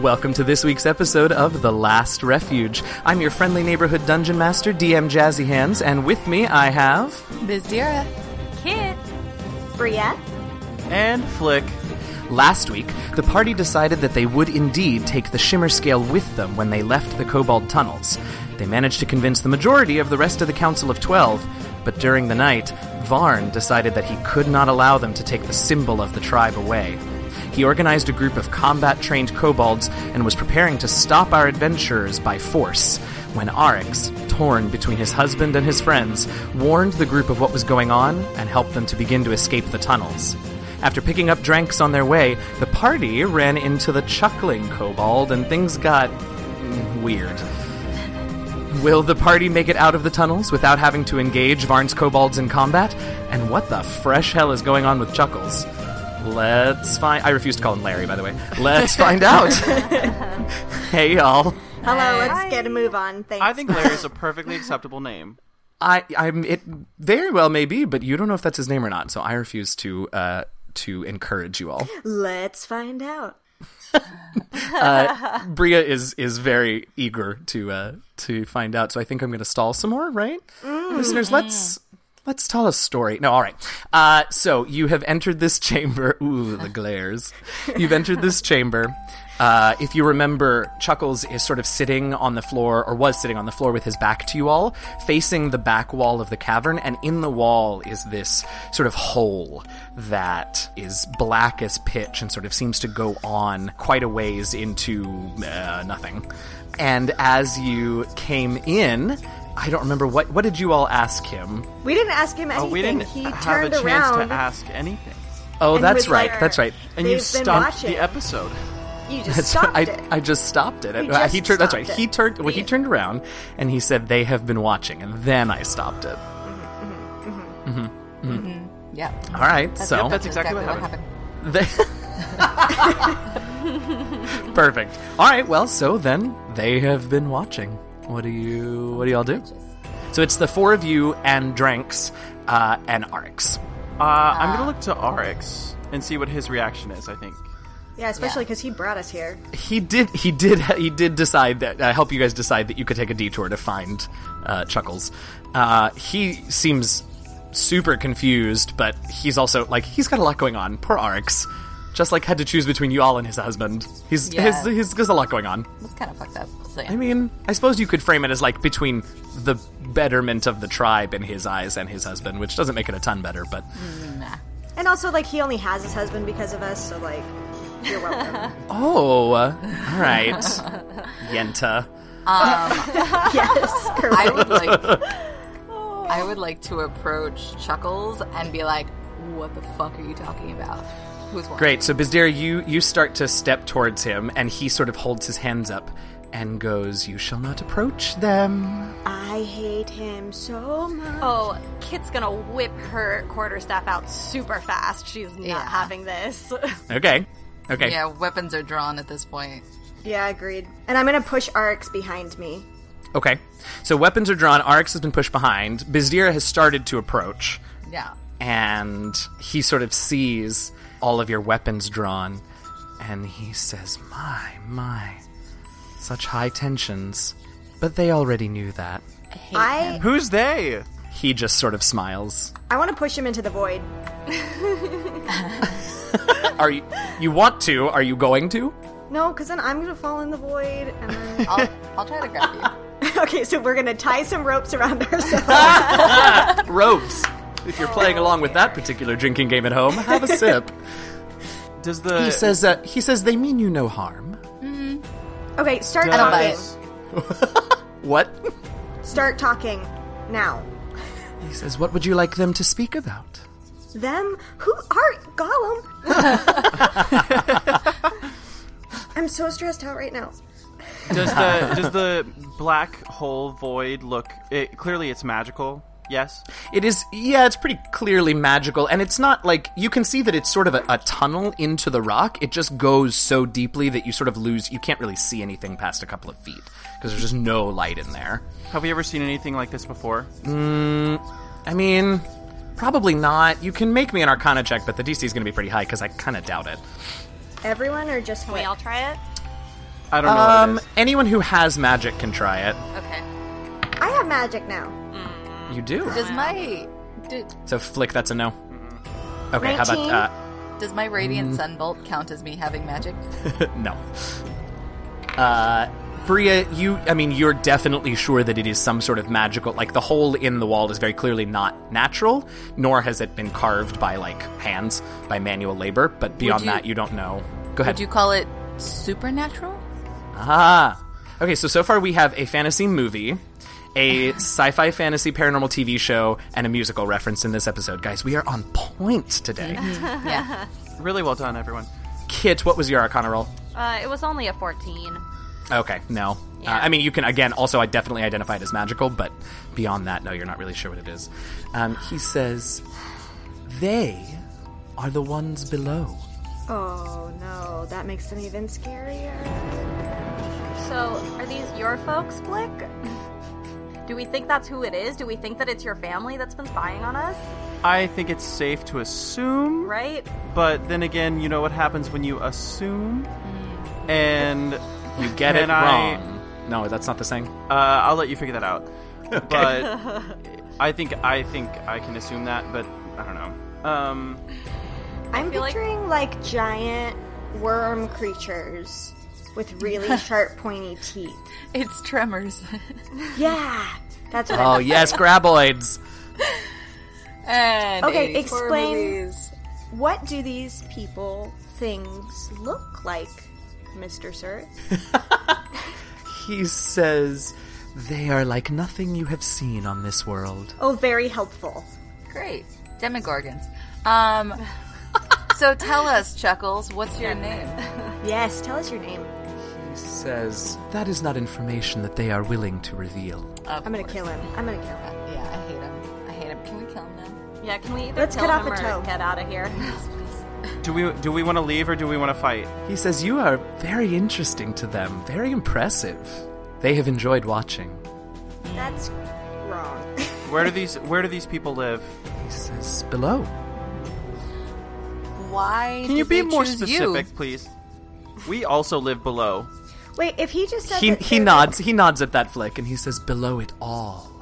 Welcome to this week's episode of The Last Refuge. I'm your friendly neighborhood dungeon master, DM Jazzy Hands, and with me I have. Bizdira. Kit. Bria. And Flick. Last week, the party decided that they would indeed take the Shimmer Scale with them when they left the Kobold tunnels. They managed to convince the majority of the rest of the Council of Twelve, but during the night, Varn decided that he could not allow them to take the symbol of the tribe away. He organized a group of combat trained kobolds and was preparing to stop our adventurers by force when Arix, torn between his husband and his friends, warned the group of what was going on and helped them to begin to escape the tunnels. After picking up drinks on their way, the party ran into the chuckling kobold and things got mm, weird. Will the party make it out of the tunnels without having to engage Varn's kobolds in combat? And what the fresh hell is going on with Chuckles? Let's find. I refuse to call him Larry, by the way. Let's find out. hey, y'all. Hello, let's get a move on. Thanks. I think Larry's a perfectly acceptable name. I, I'm. It very well may be, but you don't know if that's his name or not. So I refuse to uh, to encourage you all. let's find out. Bria is is very eager to uh, to find out. So I think I'm going to stall some more, right? Listeners, let's let's tell a story. No, all right. Uh, so you have entered this chamber. Ooh, the glares. You've entered this chamber. Uh, if you remember, Chuckles is sort of sitting on the floor, or was sitting on the floor with his back to you all, facing the back wall of the cavern, and in the wall is this sort of hole that is black as pitch and sort of seems to go on quite a ways into uh, nothing. And as you came in, I don't remember what what did you all ask him? We didn't ask him anything. But Oh, we didn't he have a turned chance around. to ask anything. Oh, And that's was right. like- That's right. And They've you been stumped watching. the episode. You just That's stopped right. it. I, I just stopped it. You Uh, just he turned. That's right. stopped it. He turned. Well, he turned around and he said, "They have been watching," and then I stopped it. Yep. All right. so Yep, that's exactly, what happened. They- Perfect. All right. Well, so then they have been watching. What do you? What do y'all do? So it's the four of you and Dranks uh, and Arix. Uh, I'm Ah. going to look to RX and see what his reaction is, I think. yeah, especially because he brought us here. He did. He did. He did decide that. Uh, help you guys decide that you could take a detour to find uh, Chuckles. Uh, he seems super confused, but he's also like he's got a lot going on. Poor Arix, just like had to choose between you all and his husband. He's Yeah. his, his, there's a lot going on. It's kind of fucked up. So, yeah. I mean, I suppose you could frame it as like between the betterment of the tribe in his eyes and his husband, which doesn't make it a ton better, but And also, like, he only has his husband because of us, so, like, you're welcome. oh, uh, all right, Yenta. yes, correct. I would like Oh. I would like to approach Chuckles and be like, "What the fuck are you talking about? Who's watching?" Great. So Bizdira, you you start to step towards him, and he sort of holds his hands up and goes, "You shall not approach them." I hate him so much. Oh, Kit's gonna whip her quarterstaff out super fast. She's not Yeah. having this. Okay. Okay. Yeah, weapons are drawn at this point. Yeah, agreed. And I'm going to push Arx behind me. Okay. So weapons are drawn. Arx has been pushed behind. Bizdira has started to approach, Yeah. and he sort of sees all of your weapons drawn, and he says, "My, my, such high tensions." But they already knew that. I Who's they? He just sort of smiles. I want to push him into the void. Are you? You want to? Are you going to? No, because then I'm going to fall in the void. And then... I'll, I'll try to grab you. okay, so we're going to tie some ropes around ourselves. ropes. If you're playing along with that particular drinking game at home, have a sip. Does the. he says, uh, "He says they mean you no harm." okay, start does- talking. What? Start talking now. He says, "What would you like them to speak about?" Them? Who are Gollum? I'm so stressed out right now. does the does the black hole void look it, clearly it's magical yes It is, yeah, it's pretty clearly magical, and it's not like you can see that it's sort of a, a tunnel into the rock. It just goes so deeply that you sort of lose, you can't really see anything past a couple of feet because there's just no light in there. have we ever seen anything like this before I mean, probably not. You can make me an Arcana check, but the DC is going to be pretty high because I kind of doubt it. Everyone or just we Flick? all try it. I don't know Um, what it anyone who has magic can try it. Okay. I have magic now. You do. Does my do, So flick. That's a no. Okay. How about Nineteen. uh, does my Mm. radiant sunbolt count as me having magic? no? Uh, Bria, you. I mean, you're definitely sure that it is some sort of magical. Like the hole in the wall is very clearly not natural, nor has it been carved by like hands by manual labor. But beyond you- that, you don't know. Go ahead. Would you call it supernatural? Ah. Okay, so so far we have a fantasy movie, a sci-fi fantasy paranormal TV show, and a musical reference in this episode. Guys, we are on point today. Yeah. is. Really well done, everyone. Kit, what was your Arcana roll? Uh, it was only a 14. Okay, no. Uh, I mean, you can again. Also, I definitely identify it as magical, but beyond that, no, you're not really sure what it is. Um, he says, "They are the ones below." Oh no, that makes them even scarier. So, are these your folks, Blick? Do we think that's who it is? Do we think that it's your family that's been spying on us? I think it's safe to assume, Right? but then again, you know what happens when you assume? And You get Can it I- wrong. No, that's not the saying. uh, I'll let you figure that out. But I think I think I can assume that, but I don't know. Um, I'm feel like- picturing like... giant worm creatures with really sharp pointy teeth. It's tremors. Yeah, that's what. Oh I yes, graboids. and Okay, 80s horror explain- movies. What do these people things look like, Mister Sir? He says, They are like nothing you have seen on this world. Oh, very helpful. Great. Demogorgons. Um so tell us, Chuckles, what's your name? Yes, tell us your name. He says, That is not information that they are willing to reveal. I'm gonna kill him. I'm gonna kill him. Yeah, I hate him. I hate him. Can we kill him now? Yeah, can we either Let's kill cut off him a or toe. get out of here? do we do we want to leave or do we want to fight? He says, You are very interesting to them, very impressive. They have enjoyed watching. That's wrong. Where do these Where do these people live? He says, Below. Why Can you did be they more choose specific, please? We also live below. Wait, if he just said He, that he they're- nods, he nods at that flick, and he says, Below it all.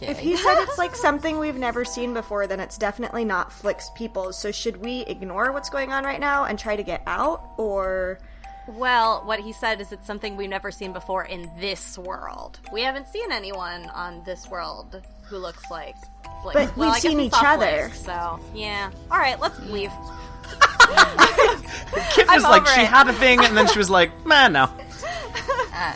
You? If he said it's like something we've never seen before, then it's definitely not Flick's people. So should we ignore what's going on right now and try to get out, or Well, what he said is it's something we've never seen before in this world. We haven't seen anyone on this world who looks like. Blake. But well, we've I guess seen we each saw other. Blake, so yeah. All right, let's leave. Kit was like, over She it. had a thing, and then she was like, Man, no. Uh,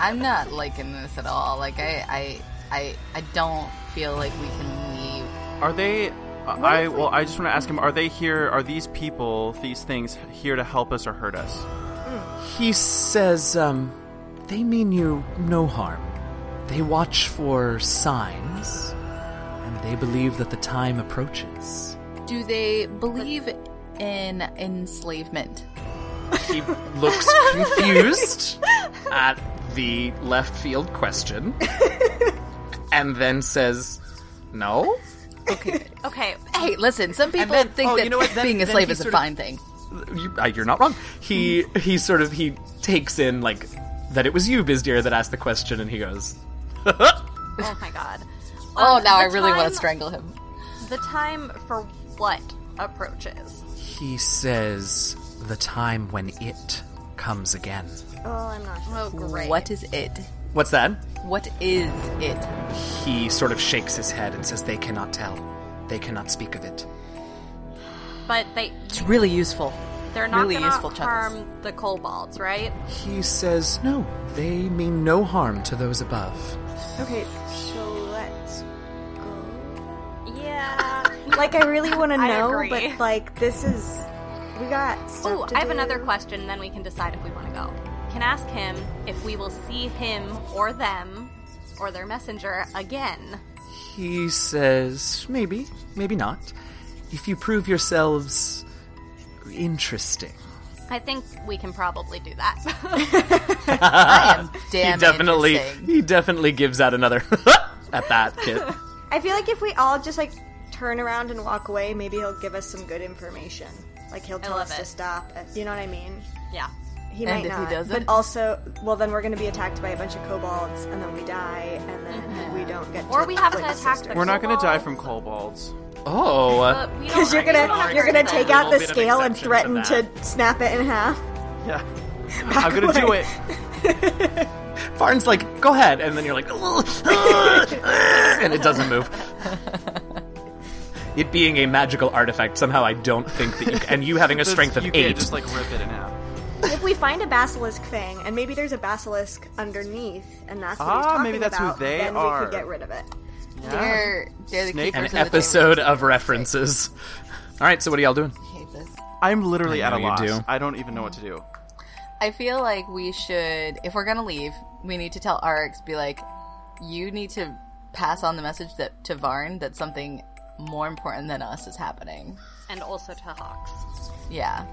I'm not liking this at all. Like I I I, I don't feel like we can leave. Are they? I well, I just want to ask him: Are they here? Are these people, these things, here to help us or hurt us? He says, um, they mean you no harm. They watch for signs, and they believe that the time approaches. Do they believe in enslavement? He looks confused at the left field question, and then says, no? Okay, Hey, listen, some people then- think oh, that you know what, then- being a then slave he is a sort of- fine thing. You, uh, you're not wrong. He he sort of he takes in like that it was you, Bizdeer, that asked the question, and he goes, oh my god. Oh, Um, now I the really want time- to strangle him. The time for what approaches? he says the time when it comes again. oh, I'm not. Sure. Oh, great. What is it? What's that? What is it? He sort of shakes his head and says, They cannot tell. They cannot speak of it. But they It's really useful. they're not Really gonna useful chuckles. harm the kobolds, right? He says, No, they mean no harm to those above. Okay, so let's go. Yeah. Like, I really want to I know, agree. but like, this is we got. Stuff Ooh, to I have do. another question, and then we can decide if we want to go. Can ask him if we will see him or them or their messenger again. He says, Maybe, maybe not. If you prove yourselves interesting. I think we can probably do that. I am damn interesting. he definitely gives out another at that kid. I feel like if we all just like turn around and walk away, maybe he'll give us some good information. Like he'll tell love us to it. stop. You know what I mean? yeah. He And might if he not. doesn't? But also, well, then we're going to be attacked by a bunch of kobolds, and then we die, and then Mm-hmm. we don't get. Or to we haven't flick attacked sisters. the We're not going to die Kobolds. from kobolds. Oh, uh, But we don't Because you're argue gonna about you're gonna that. take out the little bit of scale and exception to threaten to that. snap it in half. Yeah. I'm going to do away. it. Farn's like, go ahead, and then you're like, and it doesn't move. It being a magical artifact, somehow I don't think that you and you having a This- strength of you eight. can't just like rip it in half. If we find a basilisk thing, and maybe there's a basilisk underneath, and that's what he's Ah, talking maybe that's who about, they then we are. could get rid of it. They're, they're the Snake keepers and of An the episode table. of references. All right, so what are y'all doing? I hate this. I'm literally I at a know loss. you do. I don't even know what to do. I feel like we should, if we're gonna leave, we need to tell Arx, be like, you need to pass on the message that to Varn that something more important than us is happening. And also to Hawks. Yeah,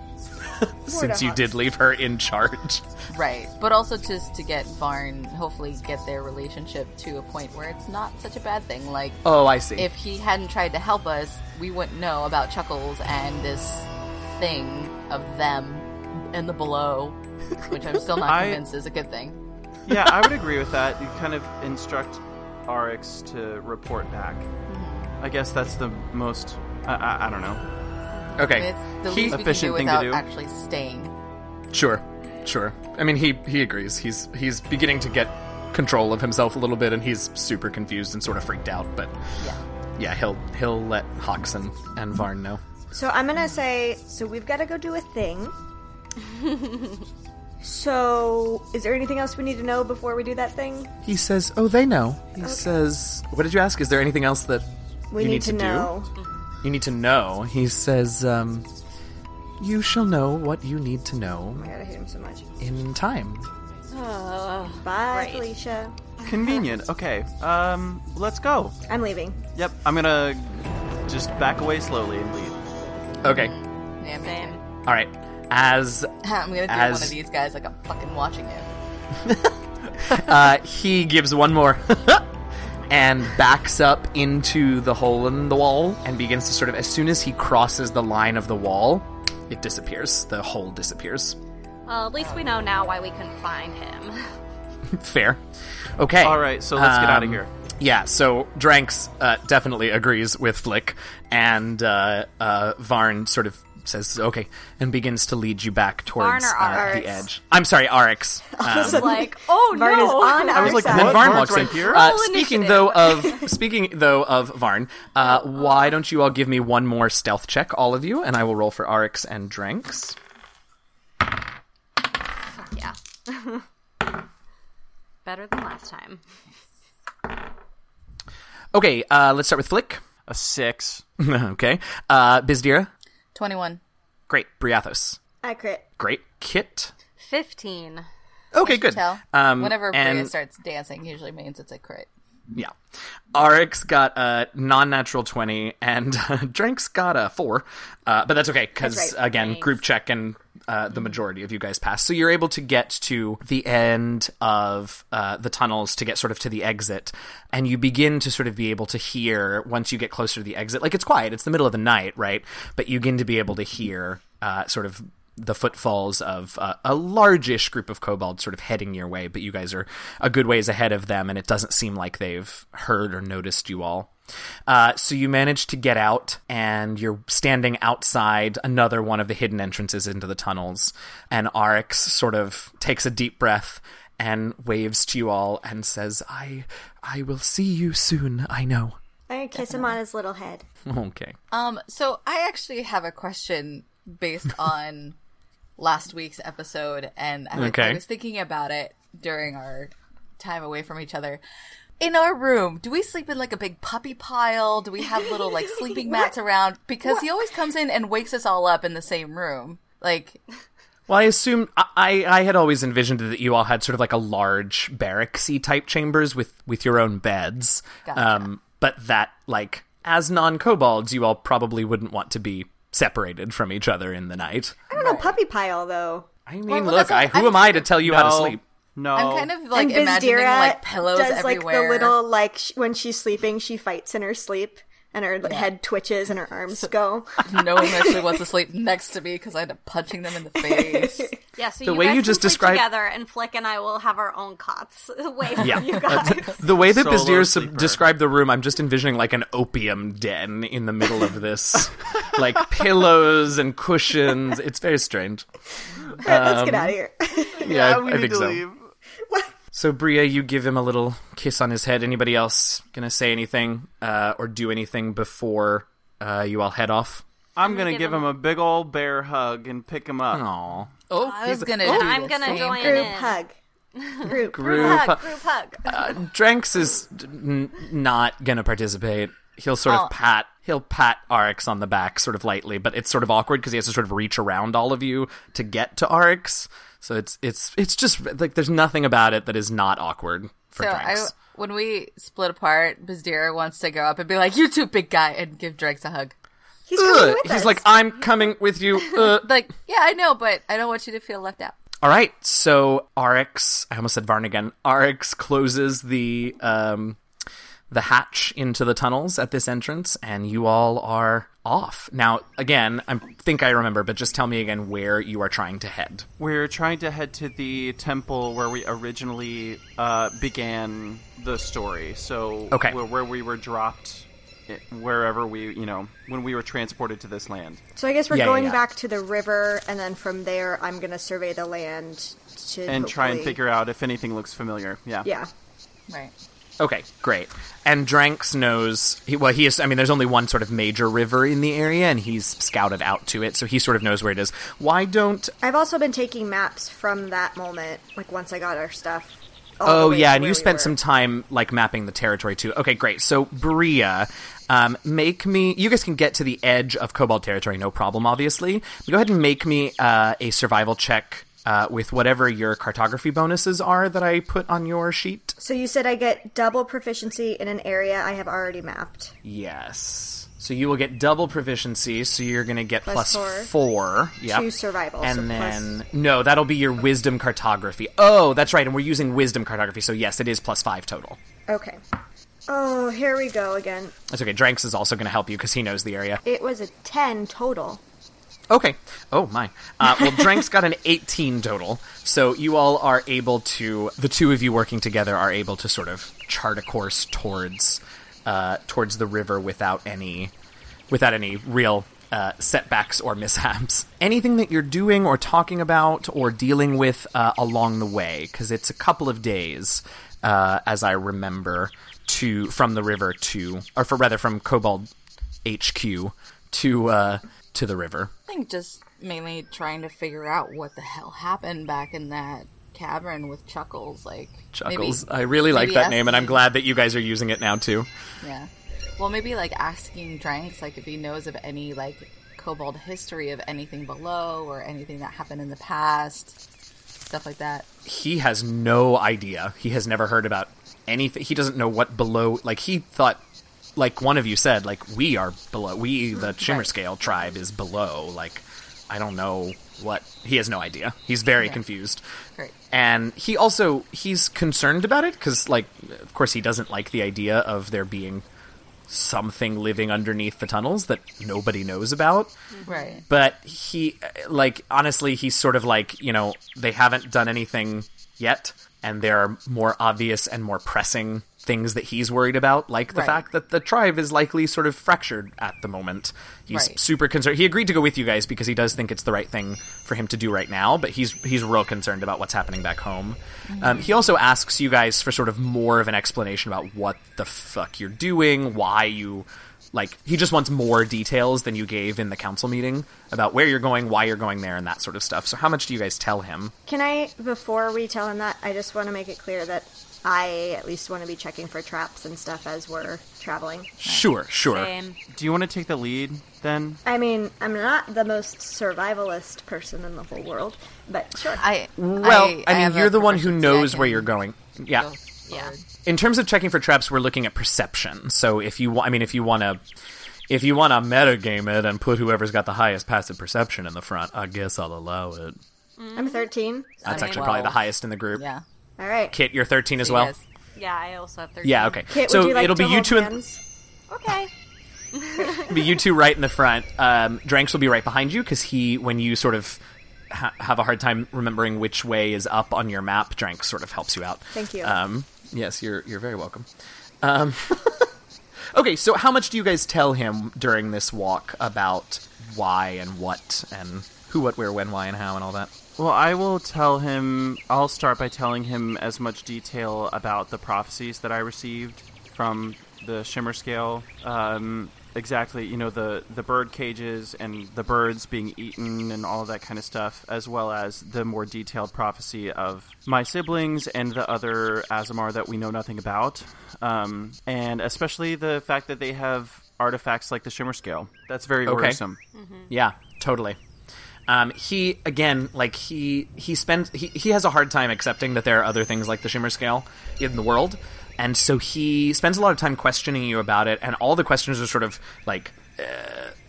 Since you did leave her in charge, right. But also just to get Varn, hopefully, get their relationship to a point where it's not such a bad thing. Like, oh, I see. if he hadn't tried to help us, we wouldn't know about Chuckles and this thing of them and the below, which I'm still not I- convinced is a good thing. Yeah, I would agree with that. You kind of instruct Rx to report back. I guess that's the most. I, I, I don't know. okay, It's the He- least we can do Efficient thing to without do. actually staying. Sure, sure. I mean, he he agrees. He's he's beginning to get control of himself a little bit, and he's super confused and sort of freaked out. But Yeah. yeah, he'll he'll let Hawks and, and Varn know. So I'm gonna say, so we've got to go do a thing. so, is there anything else we need to know before we do that thing? He says, "Oh, they know." He says, "What did you ask? Is there anything else that We you need, to, know. do? You need to know." He says, um, "You shall know what you need to know I gotta hate him so much. in time." Bye, Felicia. Convenient. Okay. Um, let's go. I'm leaving. Yep. I'm gonna just back away slowly and leave. Okay, Yeah, me Same. too. all right. As I'm gonna throw one As- of these guys like I'm fucking watching it. Uh, he gives one more and backs up into the hole in the wall and begins to sort of, as soon as he crosses the line of the wall, it disappears. The hole disappears. Well, at least we know now why we couldn't find him. Fair. Okay. Um, All right, so let's get outta here. Yeah, so Dranks uh, definitely agrees with Flick, and uh, uh, Varn sort of says, okay, and begins to lead you back towards or uh, the Rx? edge. I'm sorry, Rx. Um, It's like, oh Varn no! is on I our was like, side. And then What? Varn Varn's walks right in. here? Uh, Roll speaking initiative. though of speaking though of Varn, uh, why don't you all give me one more stealth check, all of you, and I will roll for Arix and Dranks. yeah. Better than last time. Okay, uh, let's start with Flick. A six. okay, uh, Bizdira. Twenty-one. Great, Briathos. I crit. Great, Kit. Fifteen. Okay, good. Tell. Um, Whenever and, Bria starts dancing, usually means it's a crit. yeah, Arix got a non-natural twenty, and uh, Dranks got a four. Uh, but that's okay because That's right. again, group check and uh, the majority of you guys passed, so you're able to get to the end of uh, the tunnels to get sort of to the exit, and you begin to sort of be able to hear once you get closer to the exit. Like it's quiet; it's the middle of the night, right? But you begin to be able to hear uh, sort of the footfalls of uh, a largish group of kobolds sort of heading your way, but you guys are a good ways ahead of them, and it doesn't seem like they've heard or noticed you all. Uh, so you manage to get out, and you're standing outside another one of the hidden entrances into the tunnels. And Arix sort of takes a deep breath and waves to you all and says, "I, I will see you soon. I know." I'm gonna kiss him on his little head. Okay. Um, so I actually have a question based on last week's episode, and I, was- Okay. I was thinking about it during our time away from each other. In our room, do we sleep in like a big puppy pile? Do we have little like sleeping mats around? Because he always comes in and wakes us all up in the same room. Like, Well, I assume I, I I had always envisioned that you all had sort of like a large barracksy type chambers with with your own beds. Gotcha. Um, but that like as non kobolds, you all probably wouldn't want to be separated from each other in the night. I don't know, puppy pile though. I mean, well, look, that's what I, who am I'm I to tell you how to sleep? No. I'm kind of like and imagining Bizdira like pillows does everywhere. like the little like sh- when she's sleeping, she fights in her sleep, and her head twitches and her arms go. No one actually wants to sleep next to me because I end up punching them in the face. Yeah, so The you way guys you can just sleep described- together, and Flick and I will have our own cots. Wait for Yeah. you guys. The way that Solo Bazdir sub- sleeper. described the room, I'm just envisioning like an opium den in the middle of this, like pillows and cushions. It's very strange. Let's get out of here. Yeah, I, we I need think to so. leave. So Bria, you give him a little kiss on his head. Anybody else gonna say anything uh, or do anything before uh, you all head off? I'm gonna give him a big old bear hug and pick him up. Aw. Oh, I was gonna. do I'm the gonna same. join Group in. hug. Group. Group Group hug. hug. Group hug. Dranks is n- not gonna participate. He'll sort Oh. of pat. He'll pat Arix on the back, sort of lightly, but it's sort of awkward because he has to sort of reach around all of you to get to Arix. So it's it's it's just like there's nothing about it that is not awkward for So I, Dranks. when we split apart, Bazdira wants to go up and be like, "You too, big guy," and give Drax a hug. He's coming Ugh, with he's us. like, I'm coming with you. Uh, Like, yeah, I know, but I don't want you to feel left out. All right, so Rx, I almost said Varnigan. Rx closes the um, the hatch into the tunnels at this entrance, and you all are off. Now, again, I think I remember, but just tell me again where you are trying to head. We're trying to head to the temple where we originally uh, began the story. So Okay. where, where we were dropped, i- wherever we, you know, when we were transported to this land. so I guess we're Yeah, yeah, going yeah. back to the river, and then from there, I'm gonna survey the land to and try and hopefully- figure out if anything looks familiar. Yeah. Yeah. Right. Okay, great. And Dranks knows. He, well, he is. I mean, there's only one sort of major river in the area, and he's scouted out to it, so he sort of knows where it is. Why don't? I've also been taking maps from that moment, like once I got our stuff. all the Oh way yeah, to and where you we spent were. some time like mapping the territory too. Okay, great. So Bria, um, make me. You guys can get to the edge of Cobalt territory, no problem. Obviously, but go ahead and make me uh, a survival check uh, with whatever your cartography bonuses are that I put on your sheet. So you said I get double proficiency in an area I have already mapped. Yes. So you will get double proficiency. So you're going to get Plus plus, four. plus four. Yep. To survival, so And plus- then no, that'll be your wisdom cartography. Oh, that's right. And we're using wisdom cartography. So yes, it is plus five total. Okay. Oh, here we go again. That's okay. Dranks is also going to help you because he knows the area. It was a ten total. Okay. Oh my. Uh, well, Drank's got an 18 total, so you all are able to. The two of you working together are able to sort of chart a course towards, uh, towards the river without any, without any real uh, setbacks or mishaps. Anything that you're doing or talking about or dealing with uh, along the way, because it's a couple of days, uh, as I remember, to from the river to, or for rather from Cobalt HQ to uh, to the river. I think just mainly trying to figure out what the hell happened back in that cavern with Chuckles. Like Chuckles. maybe- I really like maybe that name, and I'm asking- glad that you guys are using it now too. Yeah. Well, maybe like asking Dranks, like if he knows of any like kobold history of anything below or anything that happened in the past, stuff like that. He has no idea. He has never heard about anything. He doesn't know what below. Like he thought, like one of you said, like we are below. We the Shimmer Scale tribe is below. Like I don't know what. He has no idea. He's very confused. Great. and he also he's concerned about it because like of course he doesn't like the idea of there being something living underneath the tunnels that nobody knows about Right. but he like honestly he's sort of like you know they haven't done anything yet and there are more obvious and more pressing things that he's worried about like the Right. fact that the tribe is likely sort of fractured at the moment he's Right. super concerned he agreed to go with you guys because he does think it's the right thing for him to do right now but he's he's real concerned about what's happening back home um, he also asks you guys for sort of more of an explanation about what the fuck you're doing why you like he just wants more details than you gave in the council meeting about where you're going, why you're going there, and that sort of stuff. So how much do you guys tell him? Can I, before we tell him that, I just want to make it clear that I at least want to be checking for traps and stuff as we're traveling. Sure, sure. Same. Do you want to take the lead then? I mean, I'm not the most survivalist person in the whole world, but sure. I Well, I, have mean, a you're the one who proficiency I knows where can you're going. Oh, Yeah. go forward. In terms of checking for traps, we're looking at perception. So if you, wa- I mean, if you want to, if you want to metagame it and put whoever's got the highest passive perception in the front, I guess I'll allow it. I'm 13. That's mean, actually probably the well, highest in the group. Yeah. All right. Kit, you're 13 as well. Yes. Yeah, I also have 13. Yeah. Okay. Kit, so would you like it'll to be you hold two. And, hands? Okay. be you two right in the front. Um, Dranks will be right behind you because he, when you sort of ha- have a hard time remembering which way is up on your map, Dranks sort of helps you out. Thank you. Um, yes, you're you're very welcome. Um, okay, so how much do you guys tell him during this walk about why and what and who, what, where, when, why, and how, and all that? Well, I will tell him. I'll start by telling him as much detail about the prophecies that I received from the Shimmer Scale. Um, exactly, you know the the bird cages and the birds being eaten and all that kind of stuff, as well as the more detailed prophecy of my siblings and the other Azamar that we know nothing about, um, and especially the fact that they have artifacts like the Shimmer Scale. That's very Okay. worrisome. Mm-hmm. Yeah, totally. Um, he again, like he he spends he, he has a hard time accepting that there are other things like the shimmer scale in the world, and so he spends a lot of time questioning you about it, and all the questions are sort of like. Uh,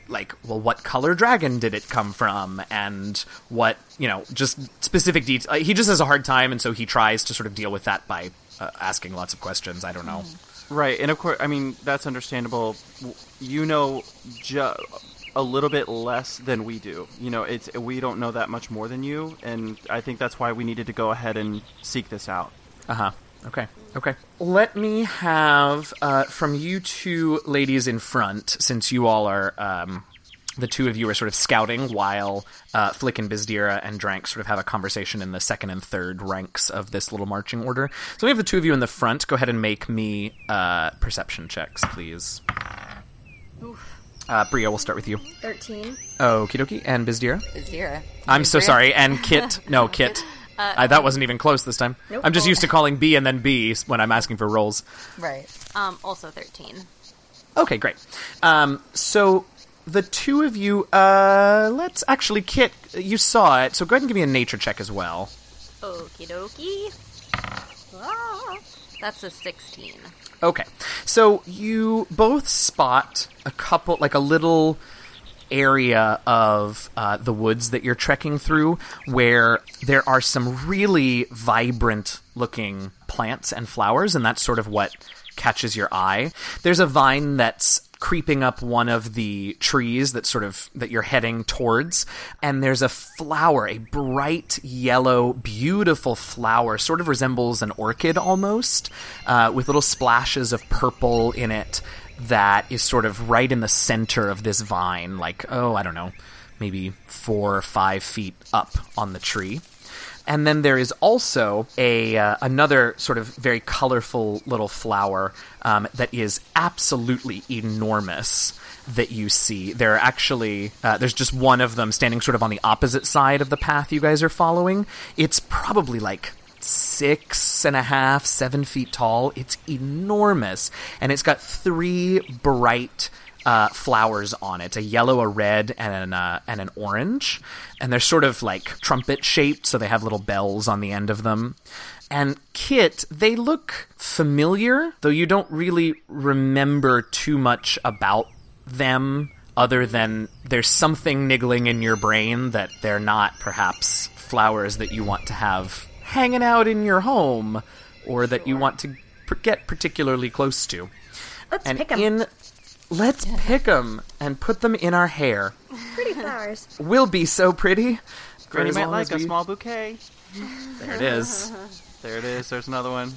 like, well, what color dragon did it come from, and what you know, just specific detail. he just has a hard time, and so he tries to sort of deal with that by uh, asking lots of questions. I don't know. Right, and of course, I mean that's understandable. W- You know, ju- a little bit less than we do. You know, it's we don't know that much more than you, and I think that's why we needed to go ahead and seek this out. Uh huh. Okay. Okay. Let me have uh, from you two ladies in front, since you all are um, the two of you are sort of scouting, while uh, Flick and Bizdira and Drank sort of have a conversation in the second and third ranks of this little marching order. So we have the two of you in the front. Go ahead and make me uh, perception checks, please. Uh, Bria, we'll start with you. 13. Okie dokie. And Bizdira? Zira. I'm so sorry. And Kit. No, Kit. Uh, Oh. that wasn't even close this time. Nope. I'm just used to calling B and then B s- when I'm asking for rolls. Right. Um, also 13. Okay, great. Um, so the two of you, uh, let's actually, Kit, you saw it, so go ahead and give me a nature check as well. Okie dokie. Ah, that's a 16. Okay. So you both spot a couple, like a little area of uh, the woods that you're trekking through where there are some really vibrant looking plants and flowers, and that's sort of what catches your eye. There's a vine that's creeping up one of the trees that sort of that you're heading towards and there's a flower a bright yellow beautiful flower sort of resembles an orchid almost uh, with little splashes of purple in it that is sort of right in the center of this vine like oh i don't know maybe four or five feet up on the tree and then there is also a uh, another sort of very colorful little flower um, that is absolutely enormous that you see. There are actually uh, there's just one of them standing sort of on the opposite side of the path you guys are following. It's probably like six and a half, seven feet tall. It's enormous, and it's got three bright uh, flowers on it a yellow, a red, and an, uh, and an orange. And they're sort of like trumpet shaped, so they have little bells on the end of them. And Kit, they look familiar, though you don't really remember too much about them other than there's something niggling in your brain that they're not perhaps flowers that you want to have hanging out in your home or that you want to p- get particularly close to Let's and pick 'em. in let's pick 'em and put them in our hair. Pretty flowers. We'll be so pretty. For Granny as might long like as a we- small bouquet. There it is. There it is. There's another one.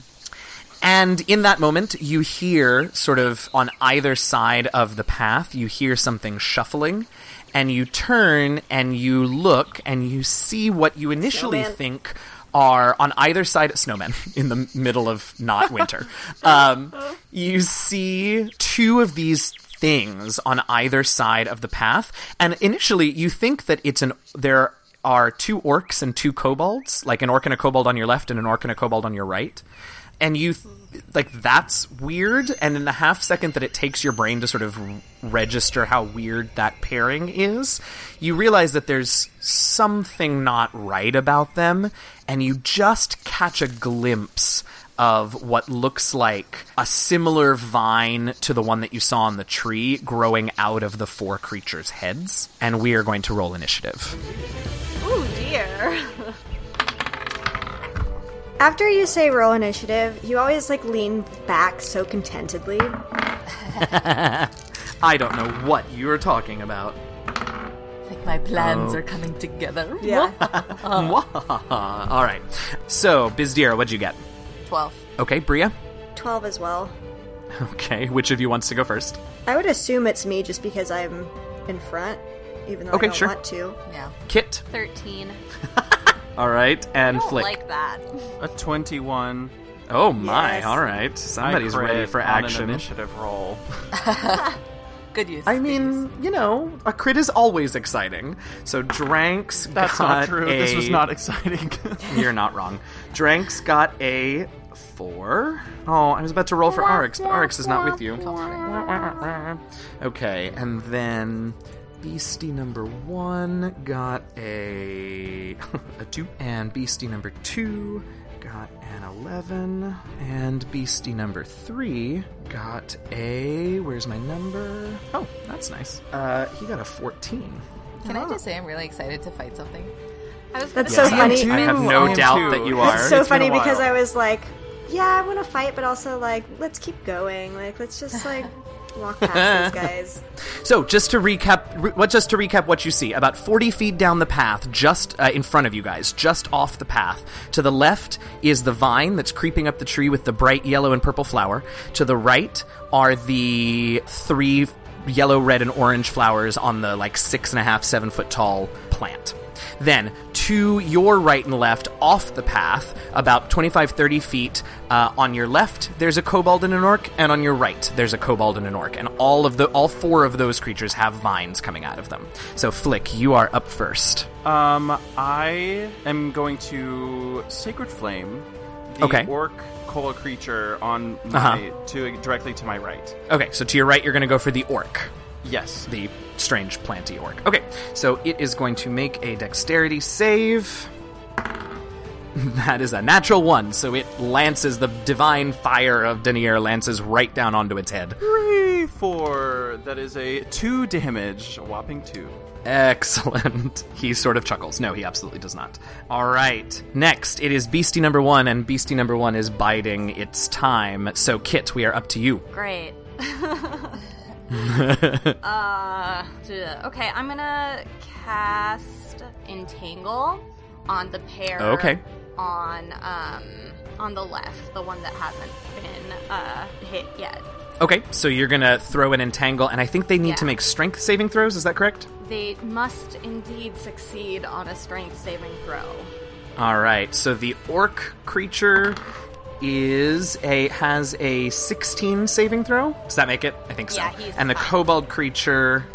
And in that moment, you hear sort of on either side of the path, you hear something shuffling, and you turn and you look and you see what you initially Snowman. think are on either side snowmen in the middle of not winter. um, you see two of these things on either side of the path, and initially you think that it's an there are two orcs and two kobolds, like an orc and a kobold on your left and an orc and a kobold on your right and you th- like that's weird and in the half second that it takes your brain to sort of r- register how weird that pairing is you realize that there's something not right about them and you just catch a glimpse of what looks like a similar vine to the one that you saw on the tree growing out of the four creatures' heads and we are going to roll initiative Oh dear. After you say roll initiative, you always like lean back so contentedly. I don't know what you're talking about. I think my plans Oh. are coming together. Yeah. Mwahaha. All right. So, Bizdira, what'd you get? 12. Okay, Bria. 12 as well. Okay, which of you wants to go first? I would assume it's me just because I'm in front, even though Okay, I don't sure. want to. Yeah. Kit. 13. All right, and I don't Flick. like that. A 21. oh my! Yes. All right, I somebody's crit ready for on An action. initiative roll. Good use. I mean, you know, a crit is always exciting. So Dranks That's got not true. This was a- not exciting. You're not wrong. Dranks got a four. Oh, I was about to roll for Arx, but Arx is not with you. Okay, and then Beastie number one got a a two, and Beastie number two got an eleven, and Beastie number three got a. Where's my number? Oh, that's nice. Uh, he got a fourteen. Can I just say I'm really excited to fight something? I was That's gonna so say- funny. I have no am doubt too. that you are. It's It's so It's been funny a while. because I was like, yeah, I want to fight, but also like, let's keep going. Like, let's just like walk past these guys. So, just to recap, re- what just to recap what you see about forty feet down the path, just uh, in front of you guys, just off the path. To the left is the vine that's creeping up the tree with the bright yellow and purple flower. To the right are the three f- yellow, red, and orange flowers on the like six and a half, seven foot tall plant. Then, to your right and left, off the path, about 25, 30 feet, uh, on your left, there's a kobold and an orc, and on your right, there's a kobold and an orc. And all of the, all four of those creatures have vines coming out of them. So, Flick, you are up first. um, I am going to Sacred Flame, the Okay. Uh-huh. orc cola creature on my to directly to my right. Okay, so to your right, you're going to go for the orc, Yes. the strange planty orc. Okay, so it is going to make a dexterity save. That is a natural one, so it lances the divine fire of Denier lances right down onto its head. Three, four. That is a two damage. A whopping two. Excellent. He sort of chuckles. No, he absolutely does not. All right. Next, it is Beastie number one, and Beastie number one is biding its time. So, Kit, we are up to you. Great. uh, duh. okay, I'm gonna cast Entangle on the pair. Okay. On um on the left, the one that hasn't been uh hit yet. Okay, so you're going to throw an entangle, and I think they need Yeah. to make strength saving throws. Is that correct? They must indeed succeed on a strength saving throw. All right. So the orc creature is a has a 16 saving throw. Does that make it? I think so. Yeah, he's and the fine. kobold creature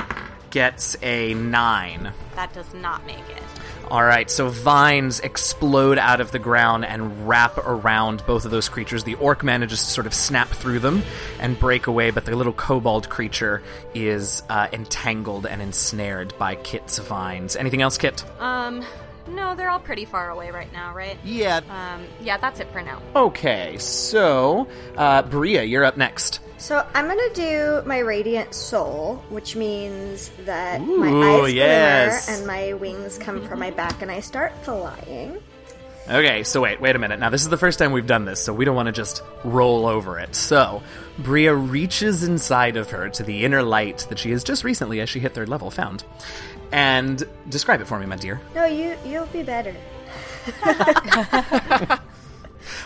gets a 9. That does not make it. All right, so vines explode out of the ground and wrap around both of those creatures. The orc manages to sort of snap through them and break away, but the little kobold creature is uh, entangled and ensnared by Kit's vines. Anything else, Kit? Um, no, they're all pretty far away right now, right? Yeah. Um, yeah, that's it for now. Okay, so uh, Bria, you're up next. So I'm gonna do my radiant soul, which means that my Ooh, eyes yes. glimmer and my wings come from my back, and I start flying. Okay, so wait, wait a minute. Now, this is the first time we've done this, so we don't want to just roll over it. So, Bria reaches inside of her to the inner light that she has just recently, as she hit third level, found. And describe it for me, my dear. No, you you'll be better.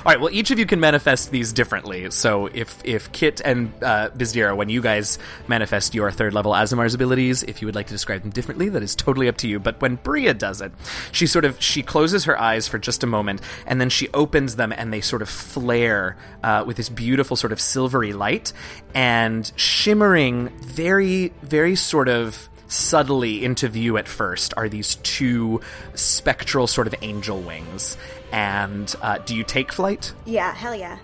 All right, well, each of you can manifest these differently. So, if if Kit and uh, Bizdira, when you guys manifest your third level Asimar's abilities, if you would like to describe them differently, that is totally up to you. But when Bria does it, she sort of she closes her eyes for just a moment, and then she opens them, and they sort of flare uh, with this beautiful sort of silvery light and shimmering, very very sort of subtly into view at first are these two spectral sort of angel wings. And uh, do you take flight? Yeah, hell yeah.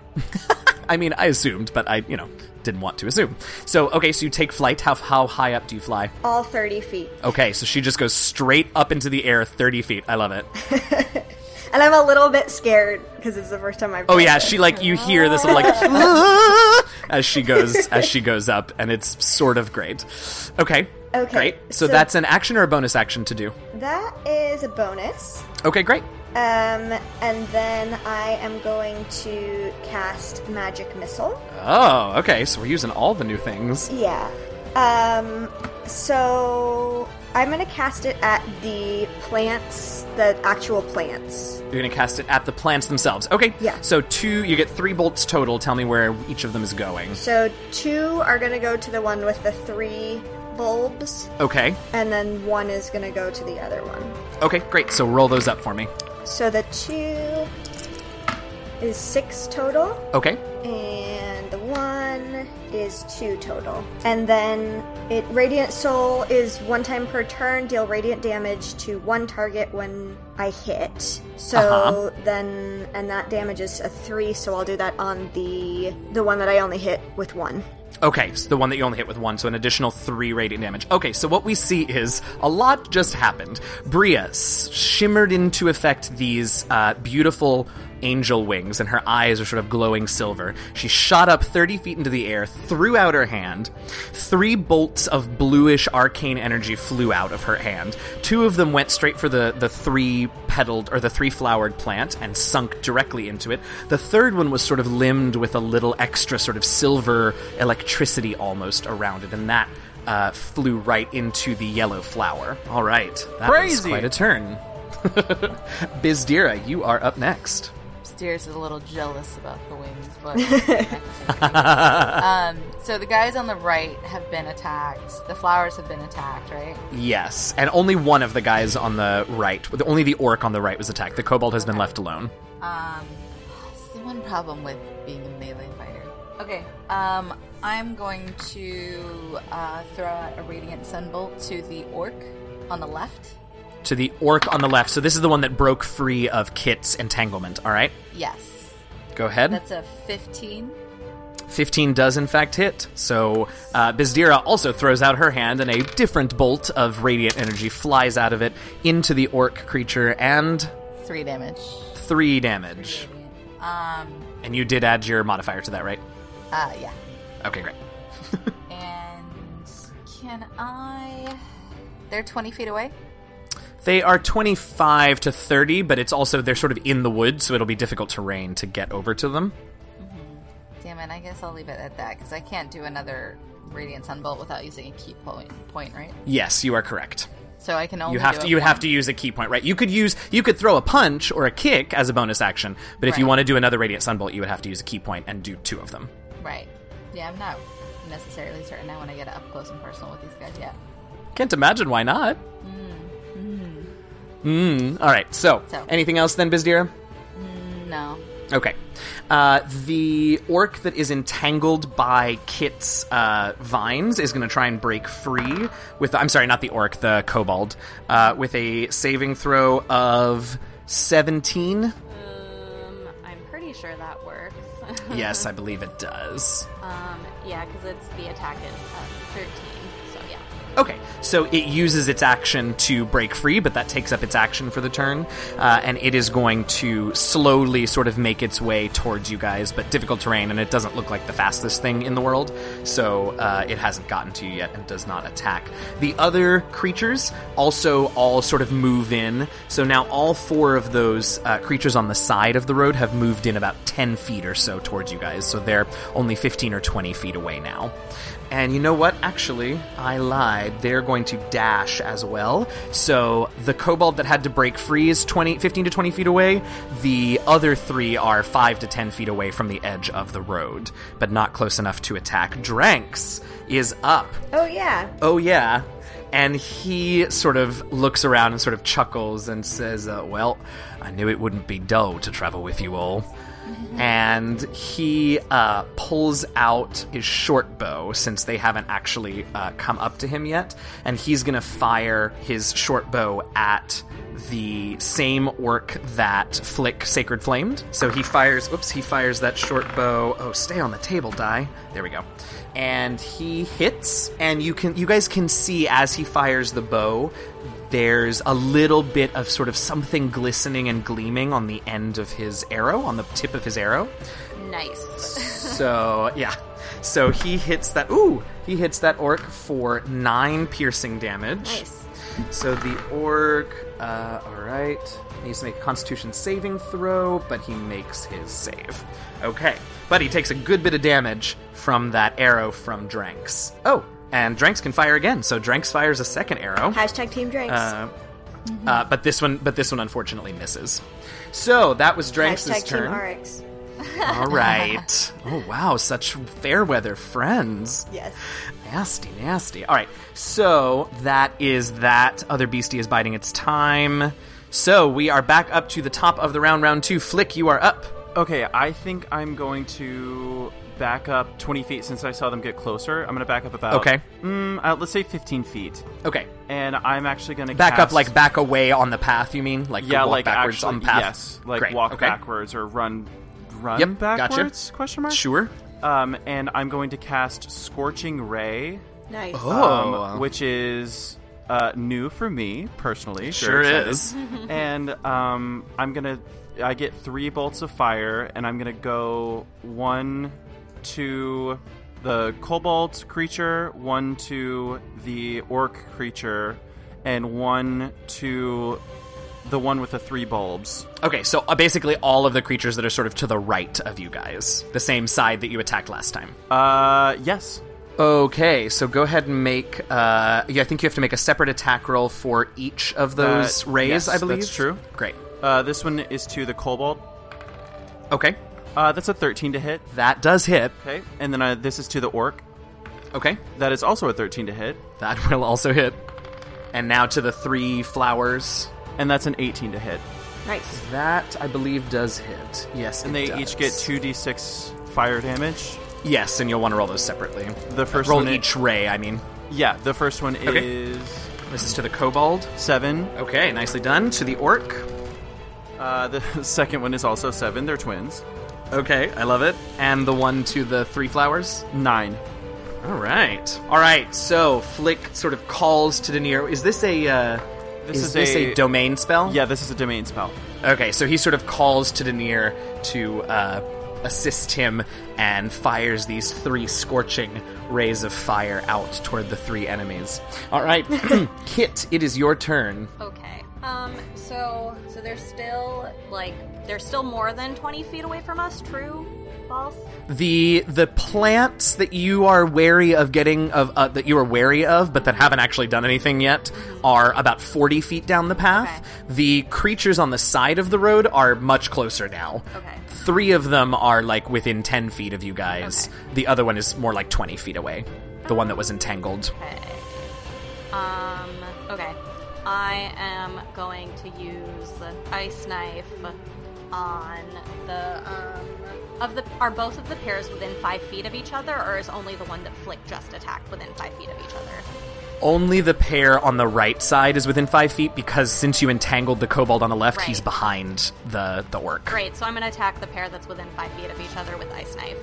I mean, I assumed, but I, you know, didn't want to assume. So, okay, so you take flight. How, how high up do you fly? All thirty feet, Okay, so she just goes straight up into the air 30 feet. I love it. and I'm a little bit scared because it's the first time I've. Oh tried yeah, this. she like you hear this like "Ah," as she goes as she goes up and it's sort of great. Okay. Okay, Great. so so- that's an action or a bonus action to do. That is a bonus. Okay, great. Um, and then I am going to cast Magic Missile. Oh, okay. So we're using all the new things. Yeah. Um, so I'm gonna cast it at the plants, the actual plants. You're going to cast it at the plants themselves. Okay. Yeah. So two, you get three bolts total. Tell me where each of them is going. So two are gonna go to the one with the three bulbs, Okay. and then one is gonna go to the other one. Okay, great. So roll those up for me. So the two is six total, Okay. and the one is two total. And then it Radiant Soul is one time per turn, deal radiant damage to one target when I hit. So Uh-huh. then, and that damage is a three, so I'll do that on the the one that I only hit with one. Okay, so the one that you only hit with one, so an additional three radiant damage. Okay, so what we see is a lot just happened. Bria s- shimmered into effect these uh, beautiful angel wings, and her eyes are sort of glowing silver. She shot up 30 feet into the air, threw out her hand. Three bolts of bluish arcane energy flew out of her hand. Two of them went straight for the, the three petaled or the three flowered plant and sunk directly into it. The third one was sort of limned with a little extra sort of silver electricity almost around it, and that uh, flew right into the yellow flower. All right, that was Crazy. quite a turn. Bizdira, you are up next. Steers is a little jealous about the wings, but um, so the guys on the right have been attacked. The flowers have been attacked, right? Yes, and only one of the guys on the right, the- only the orc on the right was attacked. The kobold has been left alone. Um, that's the one problem with being a melee fighter. Okay, um, I'm going to uh, throw out a radiant sunbolt to the orc on the left. To the orc on the left. So this is the one that broke free of Kit's entanglement, all right? Yes, Go ahead. that's a 15. 15 does in fact hit. So uh, Bizdira also throws out her hand, and a different bolt of radiant energy flies out of it into the orc creature, and Three damage. three damage. Um, And you did add your modifier to that, right? uh, yeah. Okay, great. And can I? They're 20 feet away. They are 25 to 30, but it's also, they're sort of in the woods, so it'll be difficult terrain to get over to them. Damn it! I guess I'll leave it at that because I can't do another radiant sunbolt without using a key point. Point right. Yes, you are correct. So I can only. You have do to a you would have one. to use a key point, right? You could use you could throw a punch or a kick as a bonus action, but if you Right. want to do another radiant sunbolt, you would have to use a key point and do two of them. Right. Yeah, I'm not necessarily certain I want to get up close and personal with these guys yet. Can't imagine why not. Mm. All right. So, So. anything else then, Bizdira? No. Okay. Uh, the orc that is entangled by Kit's uh, vines is going to try and break free with. I'm sorry, not the orc, the kobold, uh, with a saving throw of 17. Um, I'm pretty sure that works. yes, I believe it does. um, yeah, because it's the attack is uh, 13. So yeah. Okay, so it uses its action to break free, but that takes up its action for the turn, uh, and it is going to slowly sort of make its way towards you guys, but difficult terrain, and it doesn't look like the fastest thing in the world, so uh, it hasn't gotten to you yet and does not attack. The other creatures also all sort of move in, so now all four of those uh, creatures on the side of the road have moved in about 10 feet or so towards you guys, so they're only 15 or 20 feet away now. And you know what? Actually, I lied. They're going to dash as well. So the kobold that had to break free is 20, 15 to 20 feet away. The other three are 5 to 10 feet away from the edge of the road, but not close enough to attack. Dranks is up. Oh yeah, Oh, yeah. And he sort of looks around and sort of chuckles and says, uh, Well, I knew it wouldn't be dull to travel with you all. And he uh, pulls out his short bow since they haven't actually uh, come up to him yet. And he's going to fire his short bow at the same orc that Flick Sacred Flamed. So he fires, oops, he fires that short bow. Oh, stay on the table, die. There we go. And he hits, and you can, you guys can see as he fires the bow, there's a little bit of sort of something glistening and gleaming on the end of his arrow, on the tip of his arrow. Nice. So, yeah. So he hits that, ooh, he hits that orc for nine piercing damage. Nice. So the orc, uh, alright, needs to make a constitution saving throw, but he makes his save. Okay. But he takes a good bit of damage from that arrow from Dranks. Oh, And Dranks can fire again, so Dranks fires a second arrow. Hashtag team drinks. Uh, uh, but this one, but this one unfortunately misses. So that was Dranks' Hashtag team turn. RX. All right. Oh wow, such fair weather friends. Yes. Nasty, nasty. All right. So that is that. Other beastie is biding its time. So we are back up to the top of the round. Round two. Flick, you are up. Okay, I think I'm going to back up 20 feet since I saw them get closer. I'm going to back up about Okay. Mm, uh, let's say 15 feet, Okay. and I'm actually going to Back up, like back away on the path. You mean like yeah, walk like backwards actually, on the path? Yes, like Great, walk okay. backwards or run, run Yep, gotcha. backwards? Question mark. Sure. Um, and I'm going to cast Scorching Ray, Nice. um, Oh. which is uh, new for me personally. Very Sure excited. is. and um, I'm gonna. I get three bolts of fire, and I'm gonna go one to the cobalt creature, one to the orc creature, and one to the one with the three bulbs. Okay, so uh, basically all of the creatures that are sort of to the right of you guys, the same side that you attacked last time. Uh, yes. Okay, so go ahead and make. Uh, yeah, I think you have to make a separate attack roll for each of those Uh, rays. yes, I believe that's true. Great. Uh, this one is to the cobalt. Okay, Uh, that's a 13 to hit. that does hit. Okay, and then uh, this is to the orc. Okay, That is also a 13 to hit, that will also hit. And now to the three flowers. and that's an 18 to hit. Nice. That I believe does hit. Yes, And it they does. each get 2d6 fire damage. Yes, and you'll want to roll those separately. Uh, The first roll one i- each ray. I mean, Yeah, the first one Okay. Oh. is this is to the kobold. seven. Okay, nicely done. To the orc. Uh, the second one is also seven. They're twins. Okay, I love it. And the one to the three flowers. Nine. All right. All right. So Flick sort of calls to Denier. Is this a uh, This is, is this a, a- domain spell? Yeah, this is a domain spell. Okay. So he sort of calls to Denier to uh, assist him and fires these three scorching rays of fire out toward the three enemies. All right, Kit, it is your turn. Okay. Um. So so they're still like they're still more than twenty feet away from us. True. False. the the plants that you are wary of getting of uh, that you are wary of but that haven't actually done anything yet are about 40 feet down the path the creatures on the side of the road are much closer now Okay. three of them are like within 10 feet of you guys the other one is more like 20 feet away the one that was entangled Okay. Um. Okay. I am going to use ice knife on the um of the are both of the pairs within five feet of each other, or is only the one that Flick just attacked within five feet of each other? only the pair on the right side is within five feet because since you entangled the kobold on the left Right. he's behind the the orc Great. So I'm going to attack the pair that's within five feet of each other with ice knife.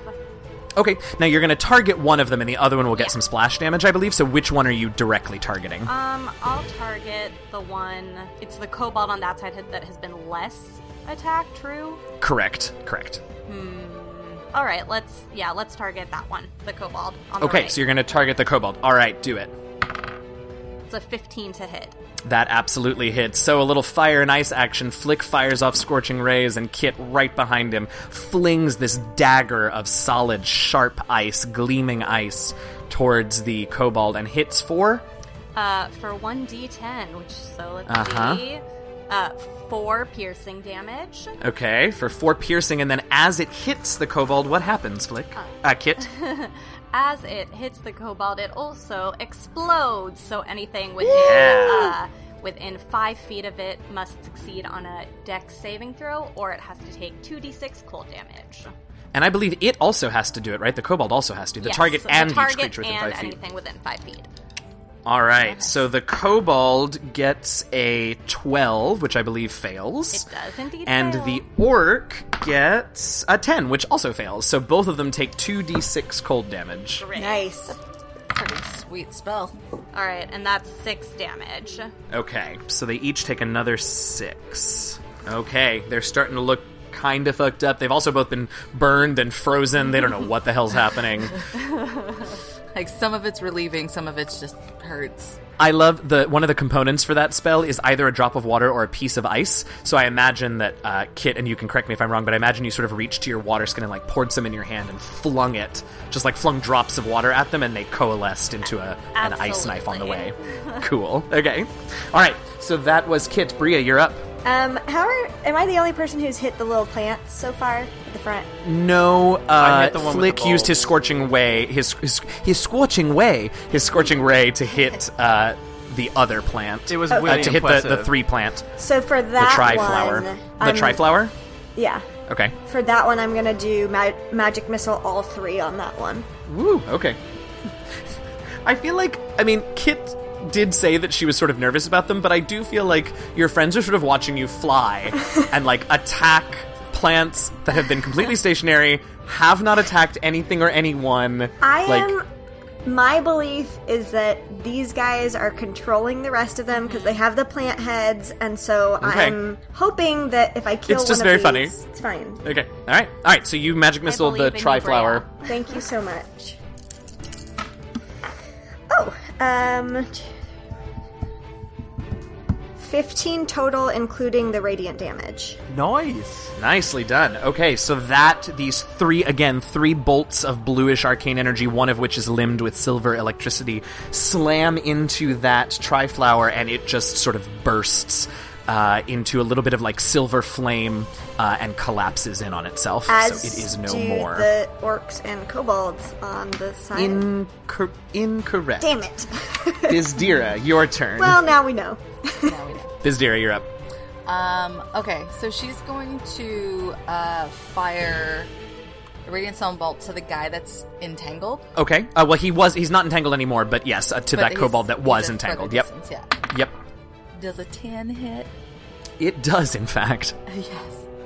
Okay, now you're going to target one of them, and the other one will get some splash damage, I believe. So, which one are you directly targeting? Um, I'll target the one. It's the cobalt on that side that has been less attacked. True. correct, correct. All right. Let's yeah. Let's target that one. The cobalt. On the Okay, right. so you're going to target the kobold. All right, do it. It's a 15 to hit. That absolutely hits. So, a little fire and ice action. Flick fires off scorching rays, and Kit, right behind him, flings this dagger of solid, sharp ice, gleaming ice, towards the kobold and hits for. Uh, for 1d10, which so let's Uh-huh. see. Uh, four piercing damage. Okay, for four piercing, and then as it hits the kobold, what happens, Flick? Uh, Kit? As it hits the cobalt, it also explodes. So anything within Yeah. uh, within five feet of it must succeed on a Dex saving throw, or it has to take 2d6 cold damage. And I believe it also has to do it, right? The kobold also has to. The Yes, target and target each creature within and five feet. anything within five feet. All right. So the kobold gets a twelve, which I believe fails. It does indeed And fail. the orc gets a ten, which also fails. So both of them take two d6 cold damage. Great. Nice. Pretty sweet spell. All right, and that's six damage. Okay. So they each take another six. Okay, they're starting to look kind of fucked up. They've also both been burned and frozen. They don't know what the hell's happening. Like some of it's relieving, some of it's just hurts. I love the one of the components for that spell is either a drop of water or a piece of ice. So I imagine that uh, Kit, and you can correct me if I'm wrong, but I imagine you sort of reached to your water skin and like poured some in your hand and flung it, just like flung drops of water at them, and they coalesced into a, an ice knife on the way. cool. Okay. All right. So that was Kit. Bria, you're up. Um, how are, am I the only person who's hit the little plants so far at the front? No, I uh, hit the one with Flick the used bulb. his scorching way, his his, his scorching way, his scorching ray to hit uh, the other plant. It was uh, really to hit the, impressive. the three plant, So for the that tri one, Um, flower, the I'm- tri flower. Yeah, Okay. for that one, I'm gonna do ma- magic missile all three on that one. Woo. Okay. I feel like I mean Kit did say that she was sort of nervous about them, but I do feel like your friends are sort of watching you fly and like attack plants that have been completely stationary, have not attacked anything or anyone. I like, am. My belief is that these guys are controlling the rest of them because they have the plant heads, and so Okay. I'm hoping that if I kill It's just one of very these- it's fine. Okay. All right. All right. So you magic missile the believe in you, tri flower. Thank you so much. Oh, um, fifteen total, including the radiant damage. Nice. Nicely done. Okay. So that these three again three bolts of bluish arcane energy, one of which is limbed with silver electricity, slam into that tri flower, and it just sort of bursts. Uh, into a little bit of like silver flame uh, and collapses in on itself. As so it is no do more. the orcs and kobolds on the side. Incor- incorrect. Damn it! Bizdira, your turn. well, now we know. Now we know. Bizdira, you're up. Um, okay, so she's going to uh, fire a radiant sound bolt to the guy that's entangled. Okay. Uh, well, he was. He's not entangled anymore, but yes, uh, to But that he's- kobold that he's was at further entangled. Yep. distance, yeah. Yep. Does a 10 hit? It does, in fact. yes.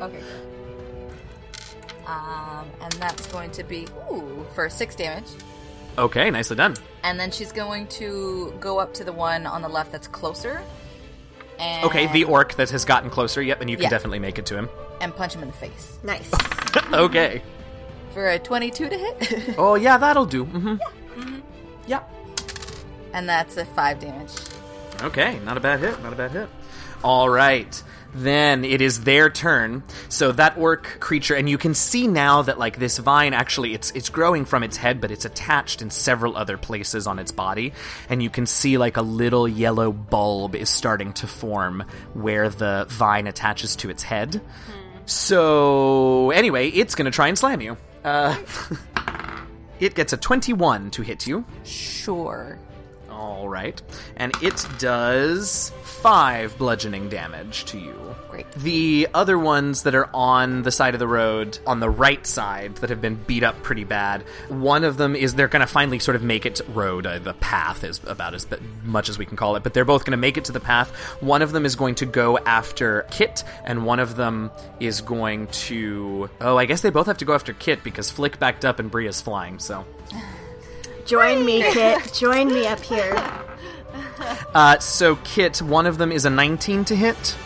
Okay. good. Um, and that's going to be ooh for six damage. Okay, nicely done. And then she's going to go up to the one on the left that's closer. And, Okay, the orc that has gotten closer. Yep, and you can Yeah. definitely make it to him. and punch him in the face Nice. okay. for a twenty-two to hit, Oh yeah, that'll do. Mm-hmm. Yeah. Oh. and that's a five damage. Okay, not a bad hit. Not a bad hit. All right. Then it is their turn. So that orc creature, and you can see now that like this vine actually it's it's growing from its head, but it's attached in several other places on its body, and you can see like a little yellow bulb is starting to form where the vine attaches to its head. So anyway, it's gonna try and slam you. Uh, it gets a twenty-one to hit you. Sure. All right. And it does five bludgeoning damage to you. Great. The other ones that are on the side of the road, on the right side, that have been beat up pretty bad, one of them is they're going to finally sort of make it to road. Uh, the path is about as bu- much as we can call it, but they're both going to make it to the path. One of them is going to go after Kit, and one of them is going to. Oh, I guess they both have to go after Kit because Flick backed up and Bria's flying, so. Join me, Kit. Join me up here. Uh, so, Kit, one of them is a 19 to hit.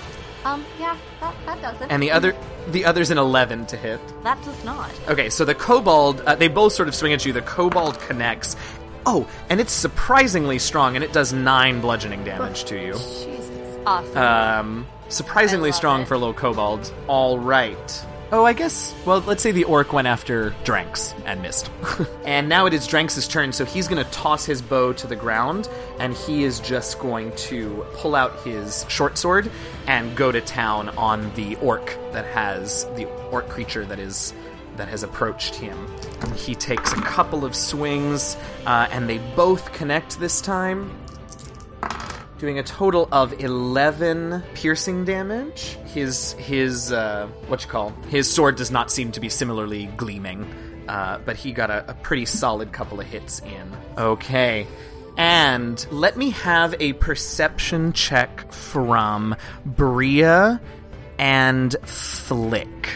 Um, yeah, that, that doesn't. and the other the other's an 11 to hit That does not. okay so the kobold uh, they both sort of swing at you the kobold connects oh and it's surprisingly strong and it does 9 bludgeoning damage to you Jesus. Awesome. um surprisingly I love strong it. for a little kobold all right oh i guess well let's say the orc went after dranks and missed and now it is dranks' turn so he's going to toss his bow to the ground and he is just going to pull out his short sword and go to town on the orc that has the orc creature that is that has approached him he takes a couple of swings uh, and they both connect this time doing a total of 11 piercing damage. His his uh, what you call his sword does not seem to be similarly gleaming, uh, but he got a, a pretty solid couple of hits in. Okay. And let me have a perception check from Bria and Flick.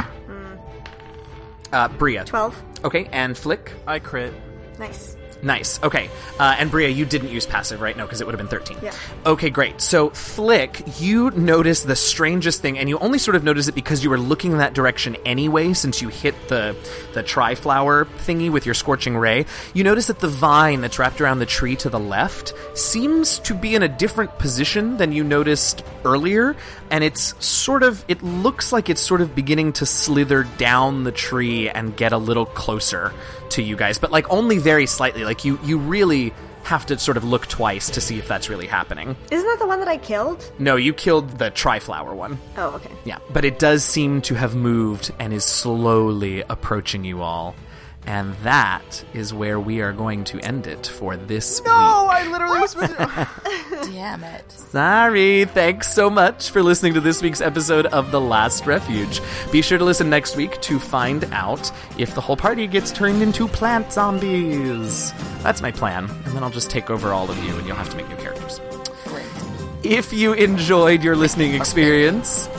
Uh, Bria. Twelve. Okay, and Flick. I crit. Nice. Nice. Okay. Uh, and Bria, you didn't use passive, right? No, because it would have been 13. Yeah. Okay, great. So, Flick, you notice the strangest thing, and you only sort of notice it because you were looking in that direction anyway, since you hit the, the triflower thingy with your scorching ray. You notice that the vine that's wrapped around the tree to the left seems to be in a different position than you noticed earlier, and it's sort of, it looks like it's sort of beginning to slither down the tree and get a little closer to you guys, but like only very slightly. Like you, you really have to sort of look twice to see if that's really happening. Isn't that the one that I killed? No, you killed the triflower one. Oh, okay. Yeah, but it does seem to have moved and is slowly approaching you all. And that is where we are going to end it for this No, week. I literally was supposed to. Damn it. Sorry. Thanks so much for listening to this week's episode of The Last Refuge. Be sure to listen next week to find out if the whole party gets turned into plant zombies. That's my plan. And then I'll just take over all of you and you'll have to make new characters. Great. If you enjoyed your listening experience,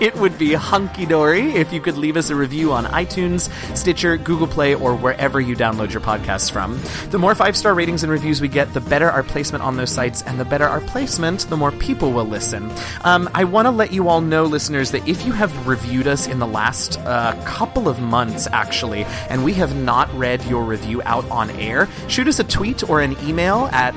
it would be hunky dory if you could leave us a review on iTunes, Stitcher, Google Play, or wherever you download your podcasts from. The more five star ratings and reviews we get, the better our placement on those sites, and the better our placement, the more people will listen. Um, I want to let you all know, listeners, that if you have reviewed us in the last uh, couple of months, actually, and we have not read your review out on air, shoot us a tweet or an email at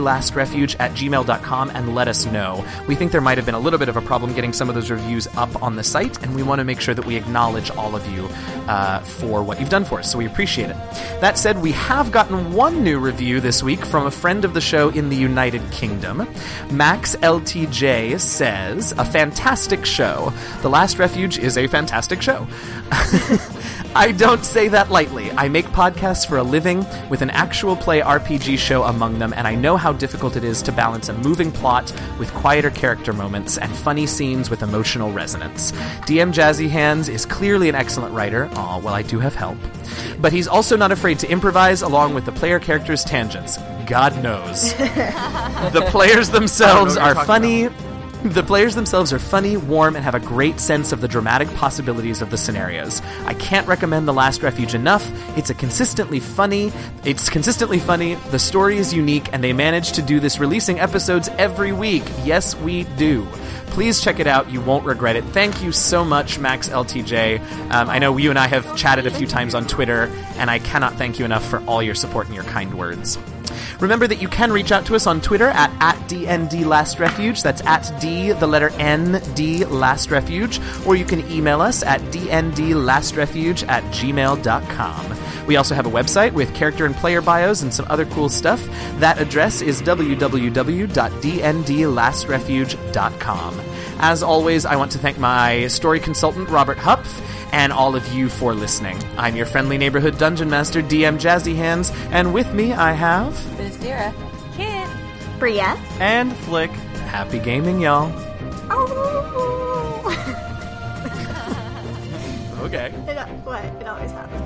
dndlastrefuge at gmail.com and let us know. We think there might have been a little bit of a problem getting some of those reviews up on the site, and we want to make sure that we acknowledge all of you uh, for what you've done for us, so we appreciate it. That said, we have gotten one new review this week from a friend of the show in the United Kingdom. Max LTJ says, A fantastic show. The Last Refuge is a fantastic show. I don't say that lightly. I make podcasts for a living with an actual play RPG show among them, and I know how difficult it is to balance a moving plot with quieter character moments and funny scenes with emotional resonance. DM Jazzy Hands is clearly an excellent writer. Aw, well, I do have help. But he's also not afraid to improvise along with the player characters' tangents. God knows. the players themselves I don't know what you're are talking funny, the players themselves are funny, warm, and have a great sense of the dramatic possibilities of the scenarios. I can't recommend The Last Refuge enough. It's a consistently funny, it's consistently funny, the story is unique, and they manage to do this releasing episodes every week. Yes, we do. Please check it out. You won't regret it. Thank you so much, Max LTJ. Um, I know you and I have chatted a few times on Twitter, and I cannot thank you enough for all your support and your kind words. Remember that you can reach out to us on Twitter at, at DNDLastRefuge. That's at D, the letter N, D, Last Refuge. Or you can email us at DNDLastRefuge at gmail.com. We also have a website with character and player bios and some other cool stuff. That address is www.dndlastrefuge.com. As always, I want to thank my story consultant, Robert Hupf and all of you for listening. I'm your friendly neighborhood dungeon master, DM Jazzy Hands, and with me I have Bizdira. Kid. Bria. And Flick. happy gaming, y'all. Oh. Okay. It- what? It always happens.